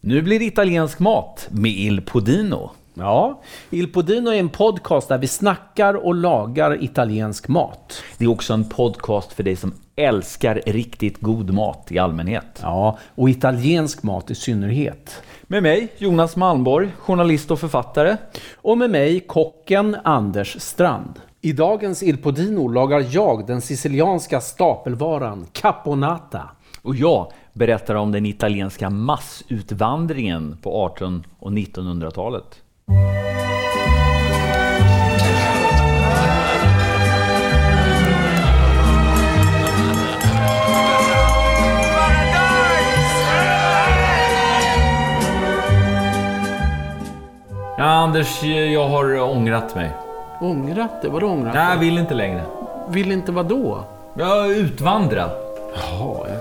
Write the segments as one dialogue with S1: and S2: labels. S1: Nu blir det italiensk mat med Il Podino.
S2: Ja, Il Podino är en podcast där vi snackar och lagar italiensk mat.
S1: Det är också en podcast för dig som älskar riktigt god mat i allmänhet.
S2: Ja, och italiensk mat i synnerhet.
S1: Med mig, Jonas Malmborg, journalist och författare.
S2: Och med mig kocken Anders Strand. I dagens Il Podino lagar jag den sicilianska stapelvaran caponata.
S1: Och jag berättar om den italienska massutvandringen på 1800 och 1900-talet. Ja, Anders, jag har ångrat mig.
S2: Ångrat det? Vadå ångrat?
S1: Nej, jag vill inte längre.
S2: Vill inte vadå?
S1: Jag har utvandrat.
S2: Jaha, jag,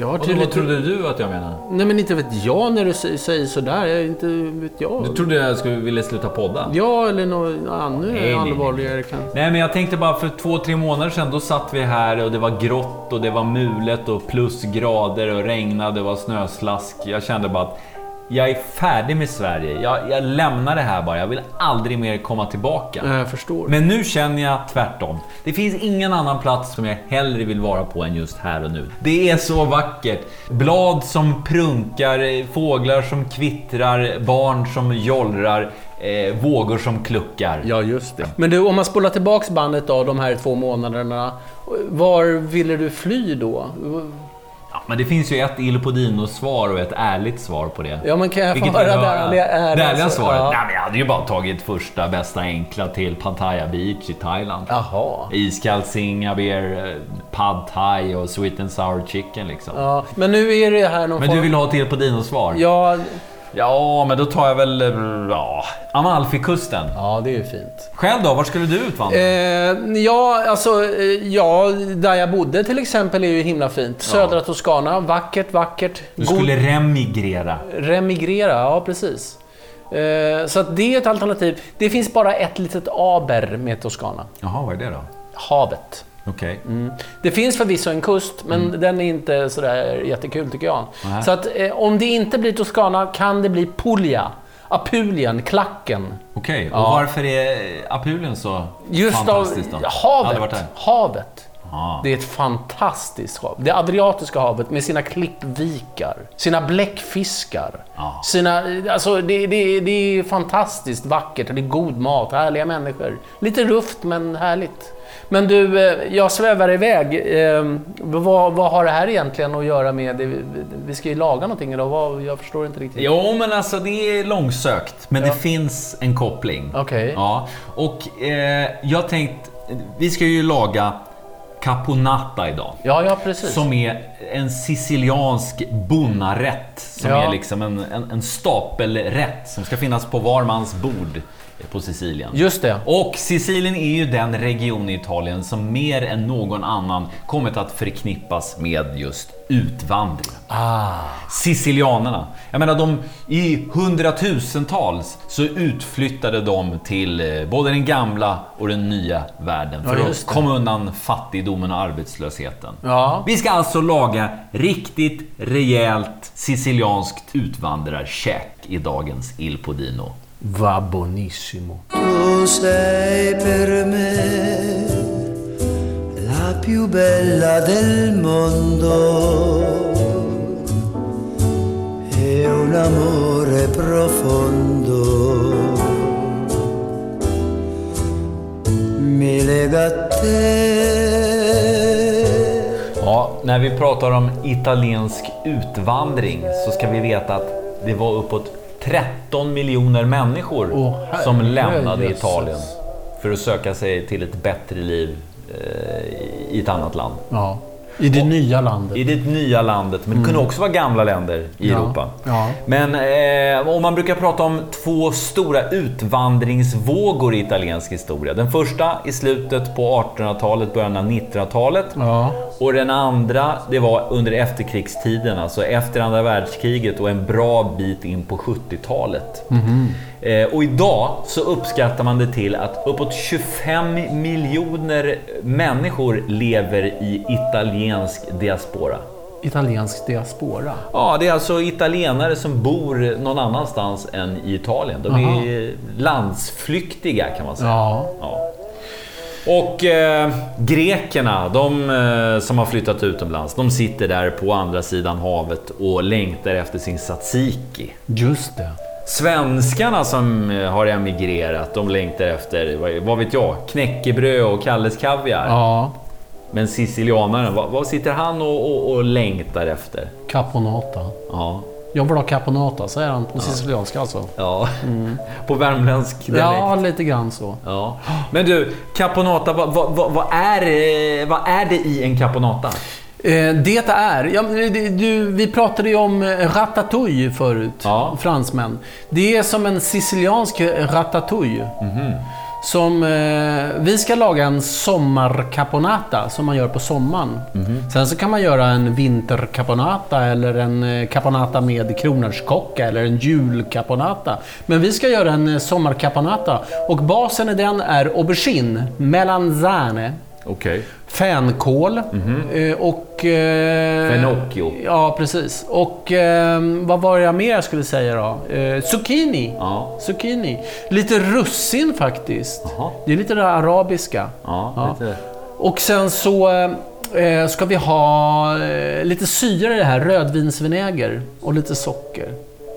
S2: jag har
S1: Och vad
S2: tydligen...
S1: trodde du att jag menade?
S2: Nej men inte vet jag när du sä- säger sådär. Jag, inte vet jag.
S1: Du trodde jag skulle vilja sluta podda?
S2: Ja, eller något ännu
S1: nej,
S2: allvarligare kanske.
S1: Nej, men jag tänkte bara för två, tre månader sedan, då satt vi här och det var grått och det var mulet och plusgrader och regnade och var snöslask. Jag kände bara att jag är färdig med Sverige. Jag, jag lämnar det här bara. Jag vill aldrig mer komma tillbaka.
S2: Ja, Jag förstår.
S1: Men nu känner jag tvärtom. Det finns ingen annan plats som jag hellre vill vara på än just här och nu. Det är så vackert. Blad som prunkar, eh, fåglar som kvittrar, barn som jollrar, eh, vågor som kluckar.
S2: Ja, just det. Men du, om man spolar tillbaks bandet då, de här två månaderna. Var ville du fly då?
S1: Ja, men det finns ju ett Il Podino-svar och ett ärligt svar på det.
S2: Ja, men kan jag få
S1: Vilket
S2: höra
S1: vill du
S2: det
S1: höra?
S2: ärliga, ärliga
S1: Det ärliga
S2: svar-
S1: svaret?
S2: Ja.
S1: Nej, men jag hade ju bara tagit första bästa enkla till Pattaya Beach i Thailand.
S2: Jaha.
S1: Iskall Singabeer, eh, Pad Thai och Sweet and Sour Chicken liksom.
S2: Ja, men nu är det här någon
S1: Men
S2: form...
S1: du vill ha till på dino svar?
S2: Ja,
S1: Ja, men då tar jag väl... eh, Ja, Amalfikusten.
S2: ja, det är ju fint.
S1: Själv då? Var skulle du utvandra?
S2: Eh, ja, alltså, eh, ja, där jag bodde till exempel är ju himla fint. Södra Toscana, vackert, vackert.
S1: du skulle remigrera.
S2: Remigrera, ja precis. Eh, så att det är ett alternativ. Det finns bara ett litet aber med Toscana.
S1: Jaha, vad är det då?
S2: Havet.
S1: Okej.
S2: Det finns förvisso en kust, men den är inte sådär jättekul tycker jag.
S1: Nej.
S2: Så att eh, om det inte blir Toscana kan det bli Puglia. Apulien, klacken.
S1: Okej, och varför är Apulien så
S2: Just av
S1: fantastiskt då? Aldrig varit
S2: havet.
S1: där?
S2: Havet.
S1: Ah.
S2: Det är ett fantastiskt hav. Det Adriatiska havet med sina klippvikar, sina bläckfiskar.
S1: Ja.
S2: Sina, alltså, det, det, det är fantastiskt vackert och det är god mat, härliga människor. Lite rufft men härligt. Men du, eh, jag svävar iväg. Eh, Vad, vad har det här egentligen att göra med... det- Vi ska ju laga någonting idag. Vad, jag förstår inte riktigt.
S1: Jo, men alltså det är långsökt. Men det finns en koppling.
S2: Okej.
S1: Ja, och eh, jag tänkt... Vi ska ju laga caponata idag.
S2: Ja, ja precis.
S1: Som är en siciliansk bonnarätt. Som
S2: Ja.
S1: är liksom en, en, en stapelrätt som ska finnas på var mans bord på Sicilien.
S2: Just det.
S1: Och Sicilien är ju den region i Italien som mer än någon annan kommit att förknippas med just utvandring. Ah. Sicilianerna. Jag menar, de, i hundratusentals så utflyttade de till eh, både den gamla och den nya världen för
S2: Ja,
S1: att
S2: just det.
S1: komma undan fattigdomen och arbetslösheten.
S2: Ja.
S1: Vi ska alltså laga riktigt rejält sicilianskt utvandrarkäk i dagens Il Podino.
S2: Va buonissimo.
S3: Tu sei per me la più bella del mondo e un amore profondo mi lega a te.
S1: Ja, när vi pratar om italiensk utvandring så ska vi veta att det var uppåt 13 miljoner människor
S2: Åh, herre
S1: som lämnade
S2: jösses.
S1: Italien för att söka sig till ett bättre liv eh, i ett annat land.
S2: Ja. I det nya landet.
S1: I det nya landet, men det kunde också vara gamla länder i
S2: Mm. Ja,
S1: Europa.
S2: ja.
S1: Men eh, om man brukar prata om två stora utvandringsvågor i italiensk historia. Den första i slutet på 1800-talet, början av 1900-talet.
S2: Ja.
S1: Och den andra, det var under efterkrigstiden, alltså efter andra världskriget och en bra bit in på 70-talet. Eh, och idag så uppskattar man det till att uppåt 25 miljoner människor lever i italiensk diaspora.
S2: italiensk diaspora.
S1: Ja, det är alltså italienare som bor någon annanstans än i Italien. De är landsflyktiga kan man säga.
S2: Ja.
S1: Ja. Och eh, grekerna, de eh, som har flyttat utomlands, de sitter där på andra sidan havet och längtar efter sin tzatziki.
S2: Just det.
S1: Svenskarna som eh, har emigrerat, de längtar efter, vad- vad vet jag, knäckebröd och Kalles Kaviar.
S2: Ja,
S1: Men sicilianaren, vad, vad sitter han och, och, och längtar efter?
S2: caponata.
S1: Ja,
S2: Jag vill ha caponata, säger han på sicilianska alltså.
S1: ja. på värmländsk dialekt.
S2: Ja, lite grann så.
S1: Ja. Men du, caponata, vad, vad, vad, vad, är, eh, vad är det i en caponata?
S2: Eh, Det är, ja, men det- du, vi pratade ju om eh, ratatouille förut,
S1: Ja.
S2: fransmän. Det är som en siciliansk eh, ratatouille. Som, eh, vi ska laga en sommarcaponata som man gör på sommaren. Sen så kan man göra en vintercaponata eller en eh, caponata med kronärtskocka eller en julcaponata. Men vi ska göra en eh, sommarcaponata och basen i den är aubergine, melanzane,
S1: Okej.
S2: Fänkål eh, och... eh,
S1: Fenocchio.
S2: Ja, precis. Och eh, vad var jag mer jag skulle säga då? Eh, Zucchini.
S1: Ja.
S2: Zucchini. Lite russin faktiskt.
S1: Jaha.
S2: Det är lite det arabiska.
S1: Ja, lite.
S2: Och sen så eh, ska vi ha eh, lite syra i det här. Rödvinsvinäger och lite socker.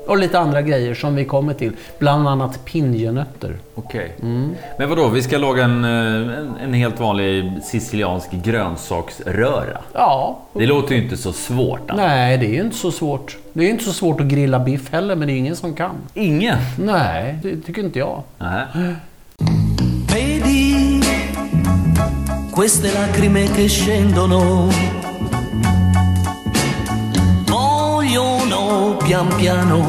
S2: Och lite andra grejer som vi kommer till. Bland annat pinjenötter.
S1: Okej. Men vadå, vi ska laga en, eh, en, en helt vanlig siciliansk grönsaksröra.
S2: Ja,
S1: Det låter ju inte så svårt. Anna.
S2: Nej, det är ju inte så svårt. Det är ju inte så svårt att grilla biff heller, men det är ju ingen som kan.
S1: Ingen?
S2: Nej, det tycker inte jag.
S1: Nej.
S3: Vedi queste lacrime che scendono. Vogliono pian piano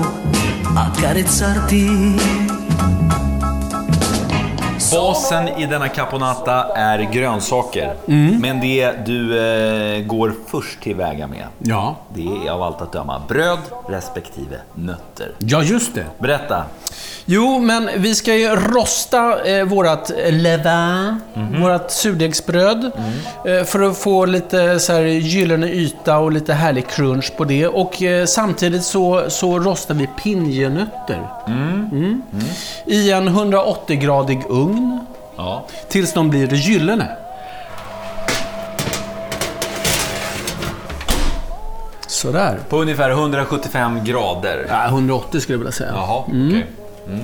S3: accarezzarti.
S1: Basen i denna caponata är grönsaker. Men det du eh, går först tillväga med,
S2: Ja.
S1: det är av allt att döma bröd respektive nötter.
S2: Ja, just det.
S1: Berätta.
S2: Jo, men vi ska ju rosta eh, vårat levain, vårat surdegsbröd, eh, för att få lite så här gyllene yta och lite härlig crunch på det. Och eh, samtidigt så, så rostar vi pinjenötter Mm. i en 180-gradig ugn
S1: Ja.
S2: tills de blir gyllene. Sådär.
S1: På ungefär 175 grader.
S2: Ja, 180 skulle jag vilja säga.
S1: Jaha, okej. Mm.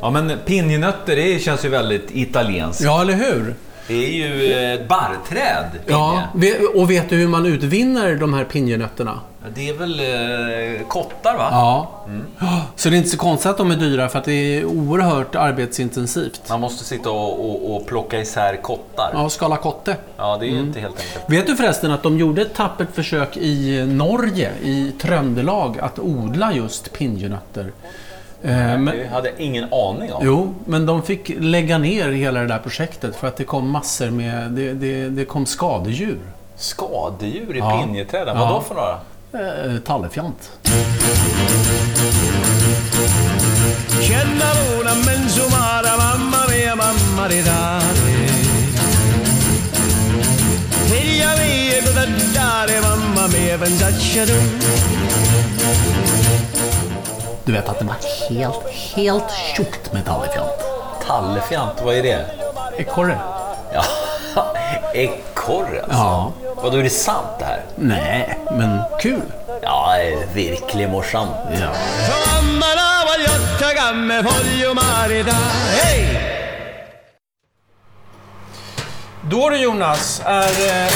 S1: Ja, men pinjenötter det känns ju väldigt italienskt.
S2: Ja, eller hur?
S1: Det är ju eh, ett barrträd. pinje.
S2: Ja, ve- och vet du hur man utvinner de här pinjenötterna?
S1: Det är väl eh, kottar, va?
S2: Ja. Mm. Så det är inte så konstigt att de är dyra för att det är oerhört arbetsintensivt.
S1: Man måste sitta och, och, och plocka isär kottar. Ja, Mm.
S2: Ja, skala kotte.
S1: det är ju inte helt enkelt.
S2: Vet du förresten att de gjorde ett tappert försök i Norge, i Tröndelag, att odla just pinjenötter? Eh, men-
S1: Det hade jag ingen aning om.
S2: Jo, men de fick lägga ner hela det där projektet för att det kom massor med... Det, det, det kom skadedjur.
S1: Skadedjur i
S2: Ja.
S1: pinjeträden,
S2: Ja.
S1: vadå för några?
S2: Eh, tallefjant.
S4: C'è la luna menzumara, mamma mia, mamma di dare. Figlia mia, cosa dare, mamma mia, pensaccia tu.
S2: Du vet att det var helt, helt tjockt med tallefjant.
S1: Tallefjant, vad är det?
S2: Ekorre?
S1: Ja, ekorre alltså.
S2: Ja.
S1: Vadå, är det sant det här?
S2: Nej, men kul.
S1: Ja, det är verkligen morsamt.
S2: Ja.
S4: Mamma la vogliotta che me voglio maritare. Ehi!
S2: Då du Jonas, är eh,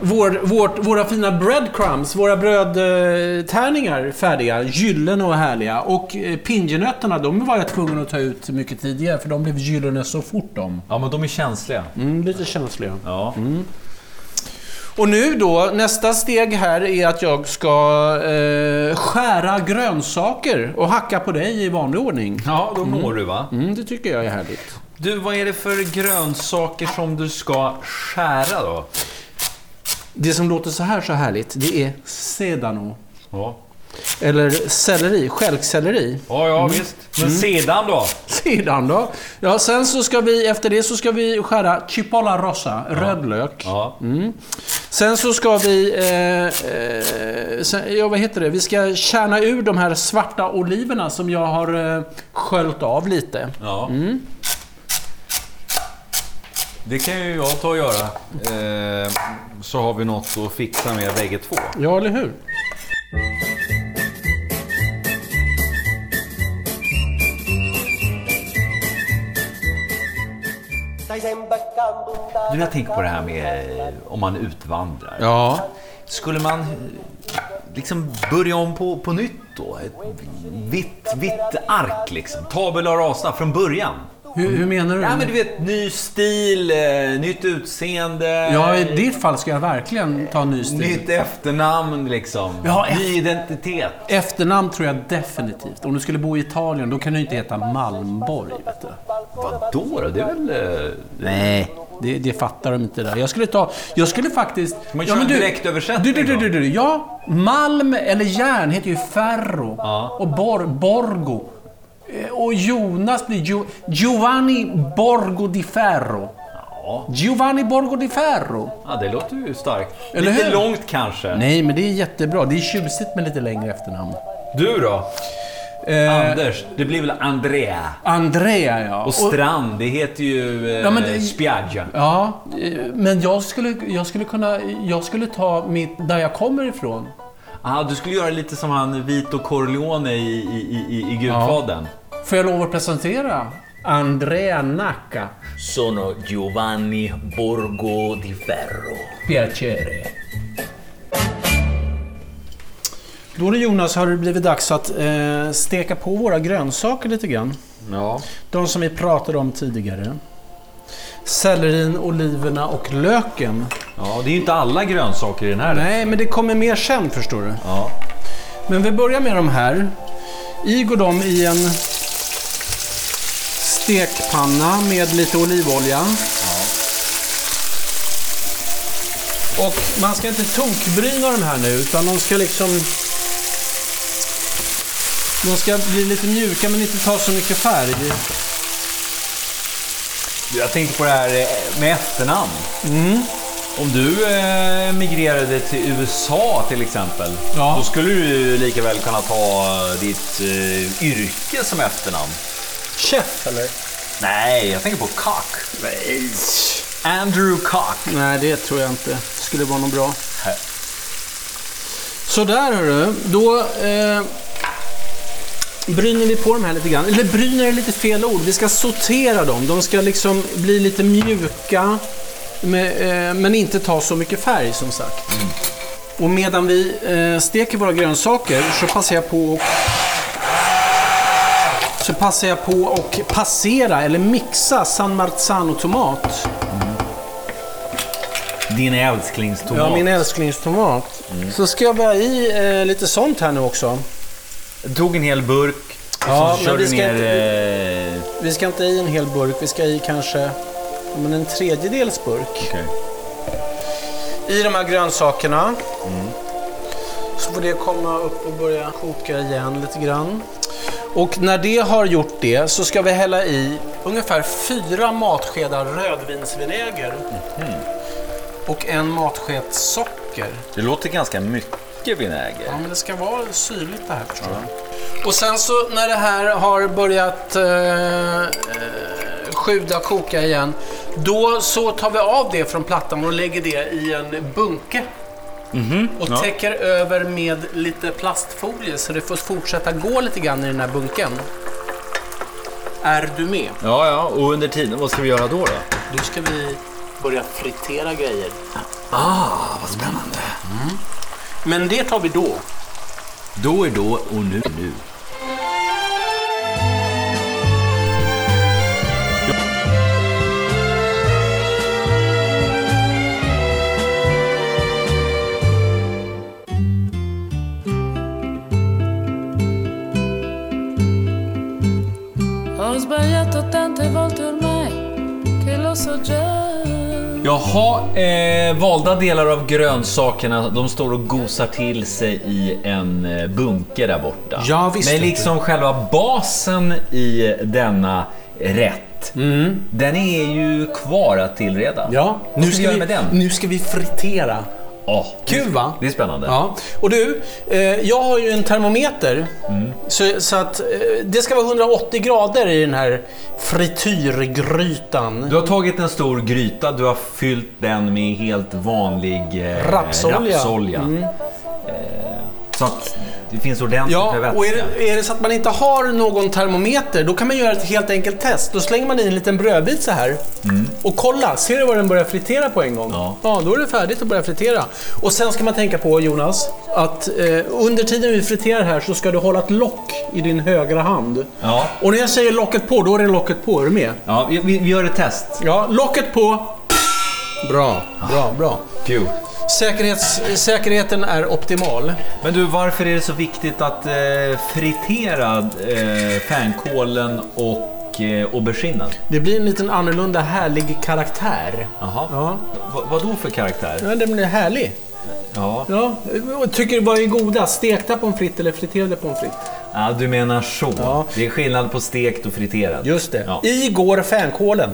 S2: vår, vårt, våra fina breadcrumbs, våra brödtärningar färdiga. Gyllene och härliga. Och eh, pinjenötterna, de var jag tvungen att ta ut mycket tidigare för de blev gyllene så fort de.
S1: Ja, men de är känsliga.
S2: Mm, lite känsliga.
S1: Ja.
S2: Och nu då, nästa steg här är att jag ska eh, skära grönsaker och hacka på dig i vanlig ordning.
S1: Ja, då mår du va?
S2: Mm, det tycker jag är härligt.
S1: Du, vad är det för grönsaker som du ska skära då?
S2: Det som låter så här så härligt, det är sedano.
S1: Ja,
S2: Eller selleri, stjälkselleri.
S1: ja, ja visst. Mm. Men sedan då?
S2: Sedan då? Ja, sen så ska vi, efter det så ska vi skära chipolla rosa, rödlök.
S1: Ja.
S2: Mm. Sen så ska vi... Eh, eh, sen, ja, vad heter det? Vi ska kärna ur de här svarta oliverna som jag har eh, sköljt av lite.
S1: Ja. Det kan ju jag ta och göra. Eh, så har vi något att fixa med bägge två.
S2: Ja, eller hur?
S1: Du, jag tänker på det här med eh, om man utvandrar.
S2: Ja.
S1: Skulle man eh, liksom börja om på, på nytt då? Ett vitt, vitt ark liksom. Tabula rasa från början.
S2: Hur, hur menar du?
S1: Ja men du vet, ny stil, eh, nytt utseende.
S2: Ja,
S1: eh,
S2: i ditt fall ska jag verkligen ta en ny stil.
S1: Nytt efternamn liksom.
S2: Ja, eft-
S1: Ny identitet.
S2: Efternamn tror jag definitivt. Om du skulle bo i Italien, då kan du inte heta Malmborg. Vet du.
S1: Vadå då? Det är väl... eh,
S2: Nej. Det, det fattar de inte där. Jag skulle ta... Jag skulle faktiskt...
S1: man köra en direktöversättning
S2: du, du,
S1: då?
S2: du, du, du, Ja, malm eller järn heter ju ferro. Och bor, borgo. Eh, Och Jonas blir Gio, Giovanni Borgo di Ferro.
S1: Ja.
S2: Giovanni Borgo di Ferro.
S1: ja, det låter ju starkt.
S2: Eller
S1: Lite
S2: hur?
S1: långt kanske.
S2: Nej, men det är jättebra. Det är tjusigt med lite längre efternamn.
S1: Du då?
S2: Eh,
S1: Anders. Det blir väl Andrea.
S2: Andrea, ja.
S1: Och Strand, det heter ju eh,
S2: Ja, men det-
S1: Spiaggia.
S2: Ja, eh, men jag skulle, jag skulle kunna... Jag skulle ta mitt... Där jag kommer ifrån.
S1: Ah, du skulle göra lite som han Vito Corleone i, i, i, i Gudfadern.
S2: Får jag lov att presentera? Andrea Nacca.
S3: Sono Giovanni Borgo di Ferro.
S2: Piacere. Då det Jonas har det blivit dags att eh, steka på våra grönsaker lite grann.
S1: Ja.
S2: De som vi pratade om tidigare. Sellerin, oliverna och löken.
S1: ja. Det är ju inte alla grönsaker i den här.
S2: Nej, men det kommer mer sen förstår du.
S1: Ja.
S2: Men vi börjar med de här. I går de i en stekpanna med lite olivolja. Och man ska inte tokbryna de här nu utan de ska liksom... De ska bli lite mjuka men inte ta så mycket färg.
S1: Jag tänkte på det här eh, med efternamn. Mm. Om du eh, migrerade till USA till exempel,
S2: Ja.
S1: då skulle du ju lika väl kunna ta ditt eh, yrke som efternamn.
S2: Chef eller?
S1: Nej, jag tänker på Cock. Andrew Cock.
S2: Nej, det tror jag inte skulle vara något bra. Sådär hörru, då eh, bryner vi på dem här lite grann. Eller bryner är lite fel ord. Vi ska sortera dem. De ska liksom bli lite mjuka med, eh, men inte ta så mycket färg som sagt. Och medan vi eh, steker våra grönsaker så passar jag på och så passar jag på och passera eller mixa San Marzano-tomat.
S1: Din älsklingstomat.
S2: Ja, min älsklingstomat. Så ska jag börja i eh, lite sånt här nu också.
S1: Tog en hel burk,
S2: Ja,
S1: och så
S2: men
S1: kör
S2: vi
S1: du
S2: ska
S1: ner... Eh...
S2: Vi ska inte i en hel burk, vi ska i kanske ja, men en tredjedels burk.
S1: okej.
S2: I de här grönsakerna. Så får det komma upp och börja koka igen lite grann. Och när det har gjort det så ska vi hälla i ungefär fyra matskedar rödvinsvinäger. Och en matsked socker.
S1: Det låter ganska mycket vinäger.
S2: Ja, men det ska vara syrligt det här förstår jag. Och sen så när det här har börjat eh, eh, sjuda och koka igen, då så tar vi av det från plattan och lägger det i en bunke. Och
S1: Mhm, ja.
S2: täcker över med lite plastfolie så det får fortsätta gå lite grann i den här bunken. Är du med?
S1: Ja, ja, och under tiden, vad ska vi göra då? då?
S2: Då ska vi börja fritera grejer.
S1: Ah, vad spännande.
S2: Men det tar vi då.
S1: Då är då och nu är nu.
S5: Ho sbagliato tante volte ormai che lo so già.
S1: Jaha, eh, valda delar av grönsakerna de står och gosar till sig i en eh, bunke där borta.
S2: Ja, visst
S1: Men
S2: vet du.
S1: liksom själva basen i denna rätt, den är ju kvar att tillreda.
S2: Mm. Ja,
S1: Vad ska vi göra med den?
S2: nu ska vi fritera.
S1: Åh,
S2: Kul va?
S1: Det är spännande.
S2: Ja. Och du, eh, jag har ju en termometer.
S1: Mm.
S2: Så, så att eh, det ska vara 180 grader i den här frityrgrytan.
S1: Du har tagit en stor gryta, du har fyllt den med helt vanlig eh,
S2: Rapsolja. Mm.
S1: rapsolja. Eh, så att det finns ordentligt
S2: Ja,
S1: med vätska.
S2: och är det, är det så att man inte har någon termometer, då kan man göra ett helt enkelt test. Då slänger man i en liten brödbit så här och kolla, ser du vad den börjar fritera på en gång?
S1: Mm. Ja.
S2: då är det färdigt att börja fritera. Och sen ska man tänka på, Jonas, att eh, under tiden vi friterar här så ska du hålla ett lock i din högra hand.
S1: Ja.
S2: Och när jag säger locket på, då är det locket på. Är du med?
S1: Ja, vi, vi vi gör ett test.
S2: Ja, locket på. Bra, bra, bra.
S1: Kul.
S2: Säkerhets, säkerheten är optimal.
S1: Men du, varför är det så viktigt att eh, fritera eh, fänkålen och eh, auberginen?
S2: Det blir en liten annorlunda härlig karaktär.
S1: Jaha.
S2: Ja.
S1: Va- vad då för karaktär?
S2: Ja, den är härlig.
S1: Ja.
S2: Ja. och Tycker du vad är godast? Stekta pommes frites eller friterade pommes frites?
S1: ja, du menar så.
S2: Ja.
S1: Det är skillnad på stekt och friterad. Ja.
S2: I går fänkålen.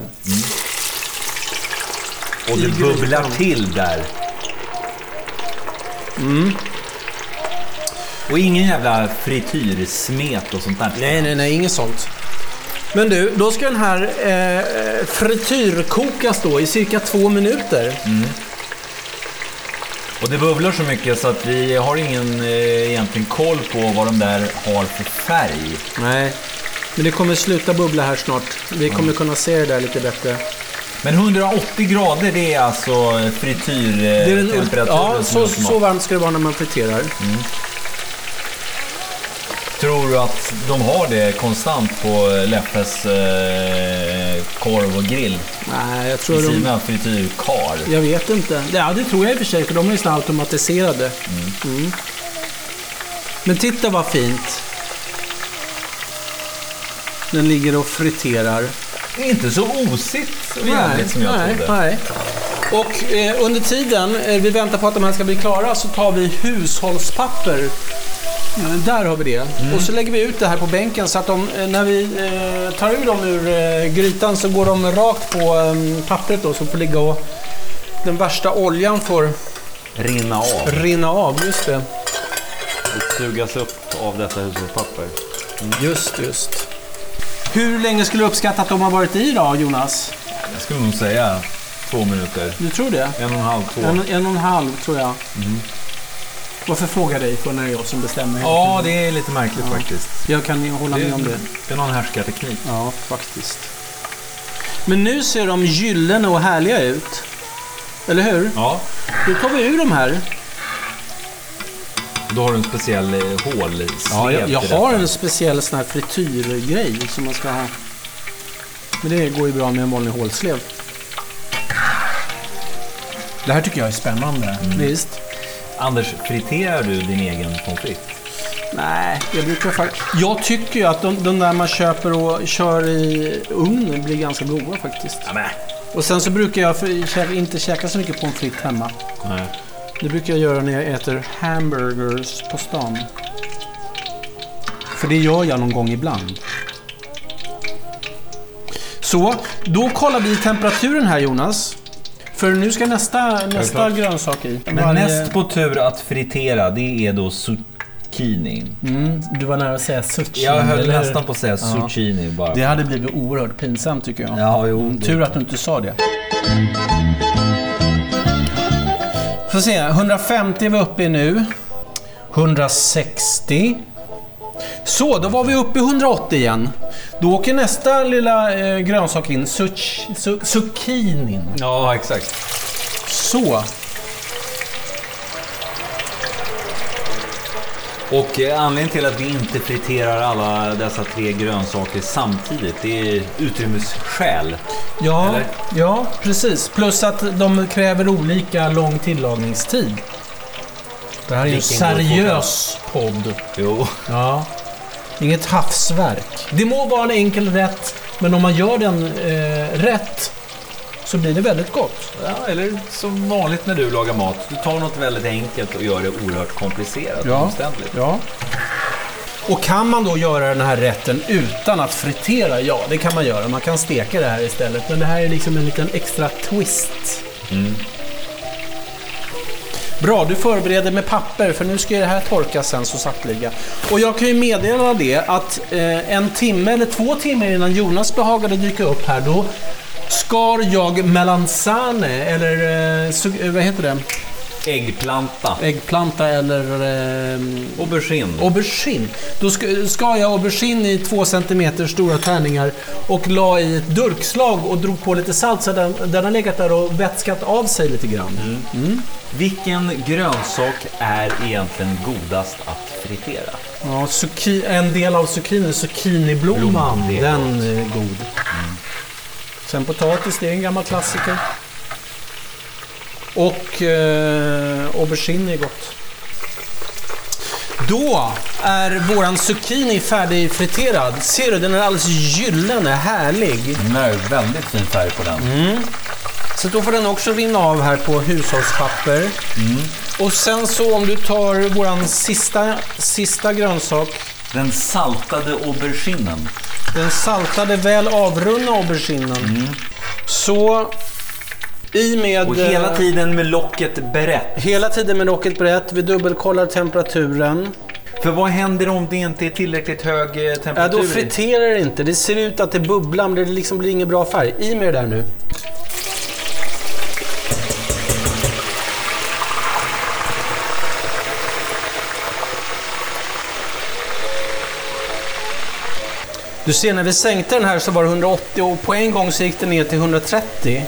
S1: Och du bubblar till där.
S2: Mm.
S1: Och ingen jävla frityrsmet och sånt där.
S2: Nej, nej, nej, inget sånt. Men du, då ska den här eh, frityrkokas då i cirka två minuter.
S1: Och det bubblar så mycket så att vi har ingen eh, egentligen koll på vad de där har för färg.
S2: Nej. Men det kommer sluta bubbla här snart. Vi kommer kunna se det där lite bättre.
S1: Men 180 grader det är alltså
S2: Det är den,
S1: frityrtemperaturen
S2: ja,
S1: Eh, som är
S2: så, så
S1: optimal.
S2: varmt ska det vara när man friterar.
S1: Tror du att de har det konstant på eh, Leffes eh, korv och grill?
S2: Nej, jag tror
S1: I
S2: de...
S1: sina frityrkar?
S2: Jag vet inte. Ja, det tror jag i och för sig, för de är ju såna automatiserade. Mm. Men titta vad fint. Den ligger och friterar.
S1: Det är Inte så osigt och jävligt som jag
S2: nej,
S1: trodde.
S2: nej. Och eh, under tiden eh, vi väntar på att de här ska bli klara så tar vi hushållspapper. Eh, Där har vi det.
S1: Mm.
S2: Och så lägger vi ut det här på bänken så att de, eh, när vi eh, tar ur dem ur eh, grytan så går de rakt på eh, pappret då som får ligga och den värsta oljan får
S1: Rinna av
S2: rinna av. Just
S1: Mm.
S2: det.
S1: och sugas upp av detta hushållspapper.
S2: Just, just. Hur länge skulle du uppskatta att de har varit i då Jonas?
S1: Jag skulle nog säga två minuter.
S2: Du tror det?
S1: En och en halv, två.
S2: En, en och en halv tror jag. Varför fråga dig för när det är jag som bestämmer?
S1: Ja, det är lite märkligt faktiskt.
S2: Jag kan ju hålla
S1: Det
S2: med om
S1: är,
S2: det.
S1: det är någon härskarteknik.
S2: Ja, faktiskt. Men nu ser de gyllene och härliga ut. Eller hur?
S1: Ja,
S2: Då tar vi ur de här.
S1: då har du en speciell eh, hålslev
S2: jag, jag
S1: till
S2: har
S1: detta.
S2: en speciell sån här frityrgrej som man ska ha. Men det går ju bra med en vanlig hålslev. Det här tycker jag är spännande. Mm. Visst?
S1: Anders, friterar du din egen pommes frites?
S2: Nej, jag brukar faktiskt... Jag tycker ju att de, de där man köper och kör i ugnen blir ganska goda faktiskt.
S1: Nej.
S2: Och sen så brukar jag för, käka, inte käka så mycket pommes frites hemma.
S1: Nej.
S2: Det brukar jag göra när jag äter hamburgers på stan. För det gör jag någon gång ibland. Så, då kollar vi temperaturen här Jonas. För nu ska nästa, nästa
S1: Självklart.
S2: grönsak i.
S1: Men
S2: Varje-
S1: näst på tur att fritera, det är då zucchini.
S2: Mm, du var nära att säga zucchini.
S1: Jag höll
S2: eller hur?
S1: nästan på att säga zucchini bara.
S2: Det hade blivit oerhört pinsamt tycker jag.
S1: Ja, jo, det-
S2: Tur att du inte sa det. Får se, 150 är vi uppe i nu. 160. Så, då var vi uppe i 180 igen. Då åker nästa lilla eh, grönsak in, zuc- zu- zucchinin.
S1: Ja, exakt.
S2: Så,
S1: Och eh, anledningen till att vi inte friterar alla dessa tre grönsaker samtidigt, det är utrymmesskäl.
S2: ja,
S1: Eller?
S2: ja precis. Plus att de kräver olika lång tillagningstid. Det här är ju en
S1: Vilken går fortare?
S2: seriös podd.
S1: Jo.
S2: Ja. Inget havsverk. Det må vara en enkel rätt, men om man gör den eh, rätt så blir det väldigt gott.
S1: Ja, eller som vanligt när du lagar mat, du tar något väldigt enkelt och gör det oerhört komplicerat och omständligt.
S2: ja. Och kan man då göra den här rätten utan att fritera? Ja, det kan man göra. Man kan steka det här istället. Men det här är liksom en liten extra twist. Bra, du förbereder med papper för nu ska ju det här torkas sen så sakteliga. Och jag kan ju meddela det att eh, en timme eller två timmar innan Jonas behagade dyka upp här då skar jag melanzane eller eh, sug- eh, vad heter det?
S1: Äggplanta.
S2: Äggplanta eller eh,
S1: Aubergine.
S2: aubergine. Då sk- skar jag aubergine i två centimeter stora tärningar och la i ett durkslag och drog på lite salt så den, den har legat där och vätskat av sig lite grann.
S1: Vilken grönsak är egentligen godast att fritera?
S2: Ja, zucchi- en del av zucchini, zucchiniblomman,
S1: Blomman, det är
S2: den är god. Sen potatis, det är en gammal klassiker. Och eh, aubergine är gott. Då är våran zucchini färdigfriterad. Ser du, den är alldeles gyllene, härlig.
S6: Nej, väldigt fin färg på den.
S2: Mm. Så då får den också rinna av här på hushållspapper. Och sen så om du tar våran sista, sista grönsak
S6: Den saltade auberginen.
S2: Den saltade, väl avrunna auberginen. Så i med...
S1: Mm.
S2: eh,
S1: Och hela tiden med locket berett.
S2: hela tiden med locket brett. Vi dubbelkollar temperaturen.
S1: För vad händer om det inte är tillräckligt hög eh, temperatur?
S2: Ja, då friterar det inte. Det ser ut att det bubblar, men det liksom blir ingen bra färg. I med det där nu. Du ser, när vi sänkte den här så var det 180 och på en gång så gick det ner till 130.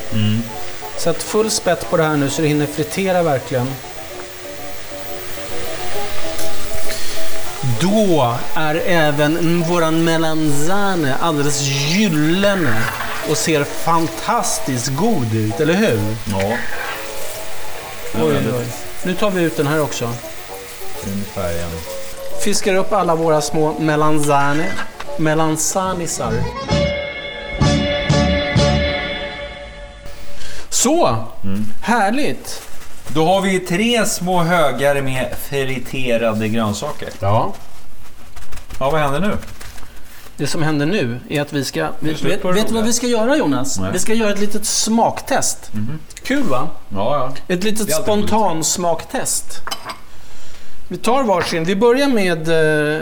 S2: Så att full spett på det här nu så det hinner fritera verkligen. Då är även våran melanzane alldeles gyllene och ser fantastiskt god ut, eller hur?
S6: Ja,
S2: Oj, oj, oj. Nu tar vi ut den här också.
S6: fin färgen.
S2: Fiskar upp alla våra små melanzane, melanzanisar. Så! Härligt!
S6: Då har vi tre små högar med friterade grönsaker.
S2: Ja.
S6: Ja, vad händer nu?
S2: Det som händer nu är att vi ska... Vi,
S6: slut
S2: vet
S6: på det
S2: vet du vad
S6: roliga.
S2: vi ska göra Jonas? Vi ska göra ett litet smaktest. Kul va?
S6: Ja, ja.
S2: Ett litet
S6: Det är alltid roligt.
S2: spontansmaktest. Vi tar varsin. Vi börjar med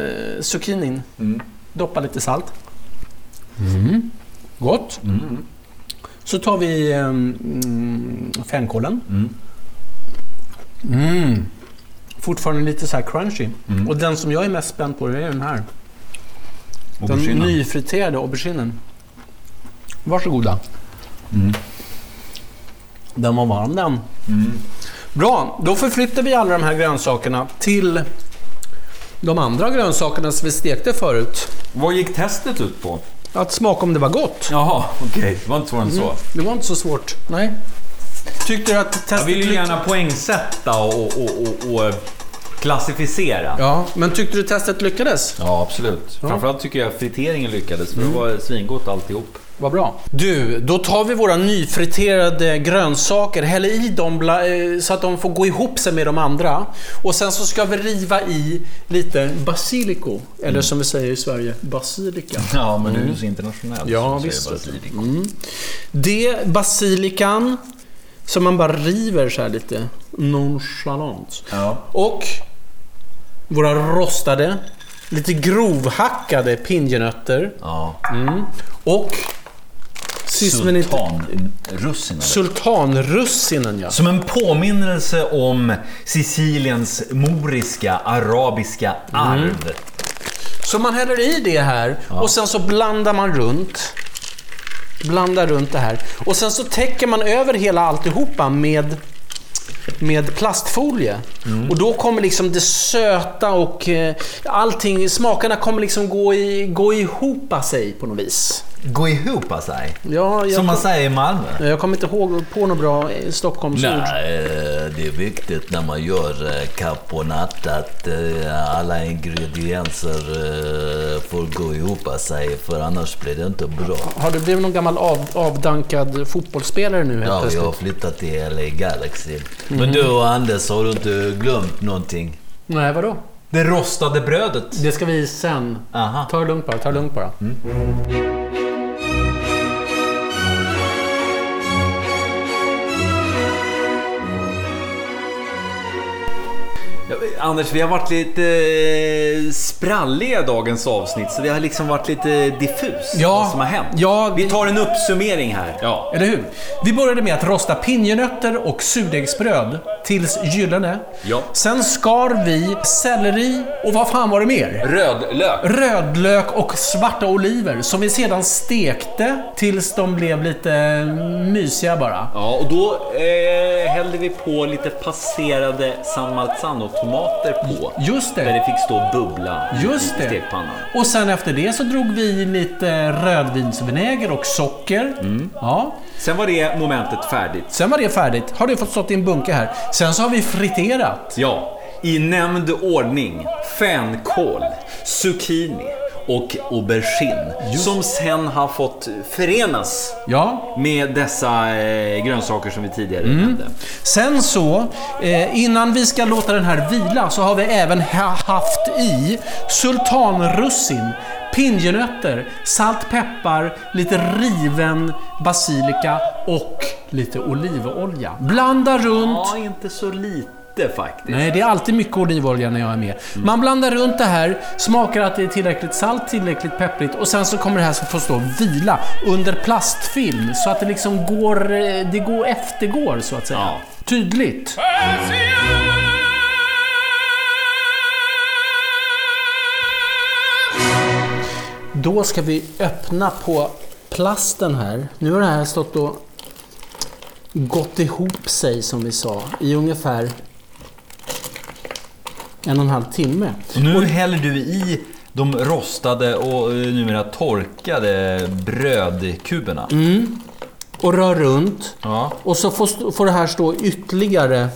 S2: eh, zucchinin.
S1: Mm.
S2: Doppa lite salt. Gott.
S6: Mm.
S2: Så tar vi eh, mm, fänkålen. Mm. Fortfarande lite så här crunchy.
S6: Mm.
S2: Och den som jag är mest spänd på det är den här. Den
S6: Auberginen.
S2: nyfriterade auberginen. Varsågoda.
S1: Mm.
S2: Den var varm den. Bra, då förflyttar vi alla de här grönsakerna till de andra grönsakerna som vi stekte förut.
S1: Vad gick testet ut på?
S2: Att smaka om det var gott.
S1: Jaha, okej. Det var inte svårare än så.
S2: Det var inte så svårt. Nej. Tyckte du att testet
S1: Jag vill ju
S2: lyck-
S1: gärna poängsätta och, och, och, och eh, klassificera.
S2: Ja, men tyckte du testet lyckades?
S1: Ja, absolut. Framförallt tycker jag friteringen lyckades,
S6: Mm.
S1: för det var svingott alltihop.
S2: Vad bra. Du, då tar vi våra nyfriterade grönsaker, häller i dem bla- eh, så att de får gå ihop sig med de andra. Och sen så ska vi riva i lite basilico, eller som vi säger i Sverige, basilika.
S6: Ja, men du är ju
S1: Mm.
S6: så internationell.
S2: Ja,
S6: så
S2: visst.
S6: säger jag bara Siri.
S2: Det, basilikan, som man bara river så här lite nonchalant.
S6: Ja.
S2: Och våra rostade, lite grovhackade pinjenötter.
S6: ja.
S2: Och sist men inte...
S6: Sultanrussinen.
S2: Sultanrussinen ja.
S1: Som en påminnelse om Siciliens moriska, arabiska arv.
S2: Så man häller i det här och sen så blandar man runt. Blandar runt det här. Och sen så täcker man över hela alltihopa med, med plastfolie. Och då kommer liksom det söta och eh, allting, smakerna kommer liksom gå, i, gå ihopa sig på något vis.
S6: Gå ihop alltså.
S2: Ja, jag,
S6: Som man säger i Malmö.
S2: jag kommer inte ihåg på något bra eh, Stockholmsord.
S7: Nej, eh, det är viktigt när man gör eh, caponat att eh, alla ingredienser eh, får gå ihop sig för annars blir det inte bra.
S2: Har du blivit någon gammal av, avdankad fotbollsspelare nu helt
S7: Ja,
S2: plötsligt?
S7: jag har flyttat till LA Galaxy.
S1: Mhm.
S7: Men du Anders, har du inte glömt någonting?
S2: Nej, vadå?
S1: Det rostade brödet.
S2: Det ska vi sen.
S1: Ah.
S7: Aha.
S2: Ta det lugnt bara. Ta det lugnt bara.
S1: Anders, vi har varit lite eh, spralliga i dagens avsnitt så det har liksom varit lite diffus
S2: Ja.
S1: vad som har hänt.
S2: Ja,
S1: vi tar en uppsummering här. Ja.
S2: Eller hur? Vi började med att rosta pinjenötter och surdegsbröd tills gyllene.
S1: Ja.
S2: Sen skar vi selleri och vad fan var det mer?
S1: Rödlök.
S2: Rödlök och svarta oliver som vi sedan stekte tills de blev lite mysiga bara.
S1: Ja, och då eh, hällde vi på lite passerade San Marzano-tomater på.
S2: Just det.
S1: Där det fick stå och bubbla i-
S2: Just
S1: i
S2: det.
S1: stekpannan.
S2: Och sen efter det så drog vi lite rödvinsvinäger och socker. Ja.
S1: Sen var det momentet färdigt.
S2: Sen var det färdigt. Har det fått stått i en bunke här. Sen så har vi friterat.
S1: Ja, i nämnd ordning fänkål, zucchini och aubergine som sen har fått förenas
S2: Ja.
S1: med dessa eh, grönsaker som vi tidigare
S2: Mm.
S1: nämnde.
S2: Sen så, eh, innan vi ska låta den här vila så har vi även ha haft i sultanrussin, pinjenötter, salt, peppar, lite riven basilika och lite olivolja. Blanda runt.
S1: Ja, inte så lite faktiskt.
S2: Nej, det är alltid mycket olivolja när jag är med. Man blandar runt det här, smakar att det är tillräckligt salt, tillräckligt pepprigt och sen så kommer det här att få stå och vila under plastfilm så att det liksom går, eh, det går eftergår så att säga.
S1: Ja.
S2: Tydligt. Då ska vi öppna på plasten här. Nu har det här stått och gått ihop sig som vi sa i ungefär en och en halv timme.
S8: Och nu häller du i de rostade och eh, numera torkade brödkuberna.
S2: Mm. Och rör runt.
S8: Ja.
S2: Och så får, st- får det här stå ytterligare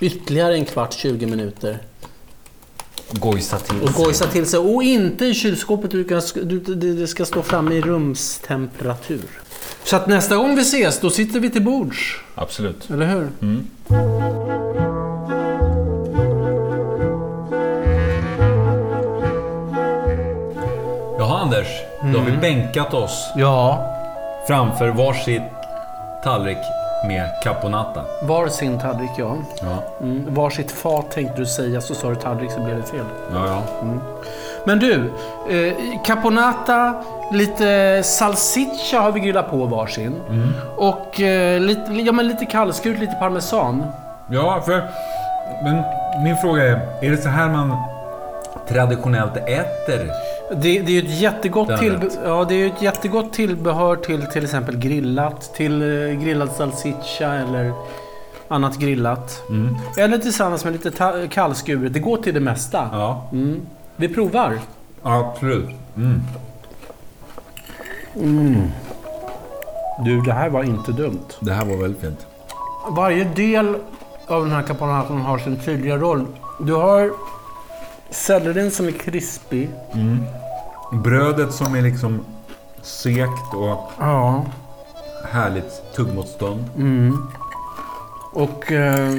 S2: ytterligare en kvart, 20 minuter.
S8: Gojsa till
S2: Och gojsa till sig. Och inte i kylskåpet, du kan, sk- du, det det ska stå framme i rumstemperatur. Så att nästa gång vi ses, då sitter vi till bords.
S8: Absolut.
S2: Eller hur?
S1: Jaha Anders, då har vi bänkat oss
S2: Ja,
S1: framför varsitt tallrik med caponata.
S2: var sin tallrik ja.
S1: Ja,
S2: Mm. Var sitt fat tänkte du säga, så sa du tallrik så blev det fel.
S1: ja, ja.
S2: Men du, eh, caponata, lite salsiccia har vi grillat på varsin.
S1: Mm.
S2: Och eh, lite, ja, men lite kallskuret, lite parmesan.
S1: Ja, för... Men min fråga är, är det så här man traditionellt äter?
S2: Det, det är ju ett jättegott,
S1: Den
S2: tillbe-
S1: rätt.
S2: ja, det är ju ett jättegott tillbehör till till exempel grillat, till eh, grillad salsiccia eller annat grillat.
S1: Mm.
S2: Eller tillsammans med lite ta- kallskuret. Det går till det mesta. Mm.
S1: Ja,
S2: Vi provar.
S1: absolut.
S2: Du, det här var inte dumt.
S1: Det här var väldigt fint.
S2: Varje del av den här caponatan har sin tydliga roll. Du har sellerin som är krispig.
S1: Brödet som är liksom sekt och
S2: Ja.
S1: härligt tuggmotstånd.
S2: Mm. Och eh,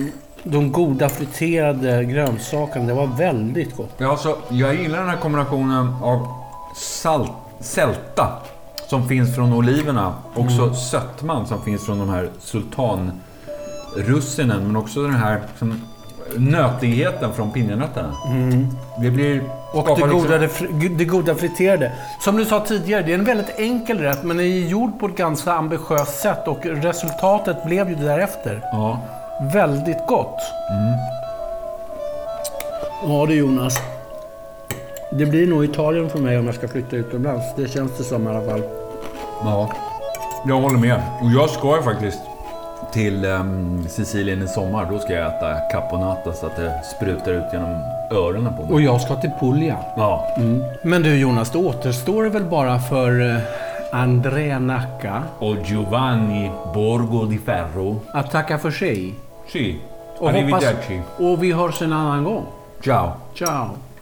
S2: de goda friterade grönsakerna. Det var väldigt gott.
S1: Ja, så jag gillar den här kombinationen av salt, sälta som finns från oliverna. Också
S2: Mm.
S1: sötman som finns från de här sultanrussinen. Men också den här liksom, nötigheten från pinjenötterna. Det blir...
S2: Mm. Och det
S1: skapar liksom-
S2: goda, det, fri- det goda friterade. Som du sa tidigare, det är en väldigt enkel rätt men den är gjord på ett ganska ambitiöst sätt och resultatet blev ju därefter.
S1: Ja.
S2: Väldigt gott. Mm. Ja du Jonas. Det blir nog Italien för mig om jag ska flytta utomlands. Det känns det som i alla fall.
S1: Ja, jag håller med. Och jag ska ju faktiskt till ehm, Sicilien i sommar. Då ska jag äta caponata så att det sprutar ut genom öronen på mig.
S2: Och jag ska till Puglia.
S1: Ja.
S2: Mm. Men du Jonas, det återstår väl bara för eh, André Nacka
S1: Och Giovanni Borgo di Ferro.
S2: att tacka för sig.
S1: Sì.
S2: Och, hoppas,
S1: Arrivederci.
S2: och vi hörs en annan gång.
S1: Ciao.
S2: Ciao!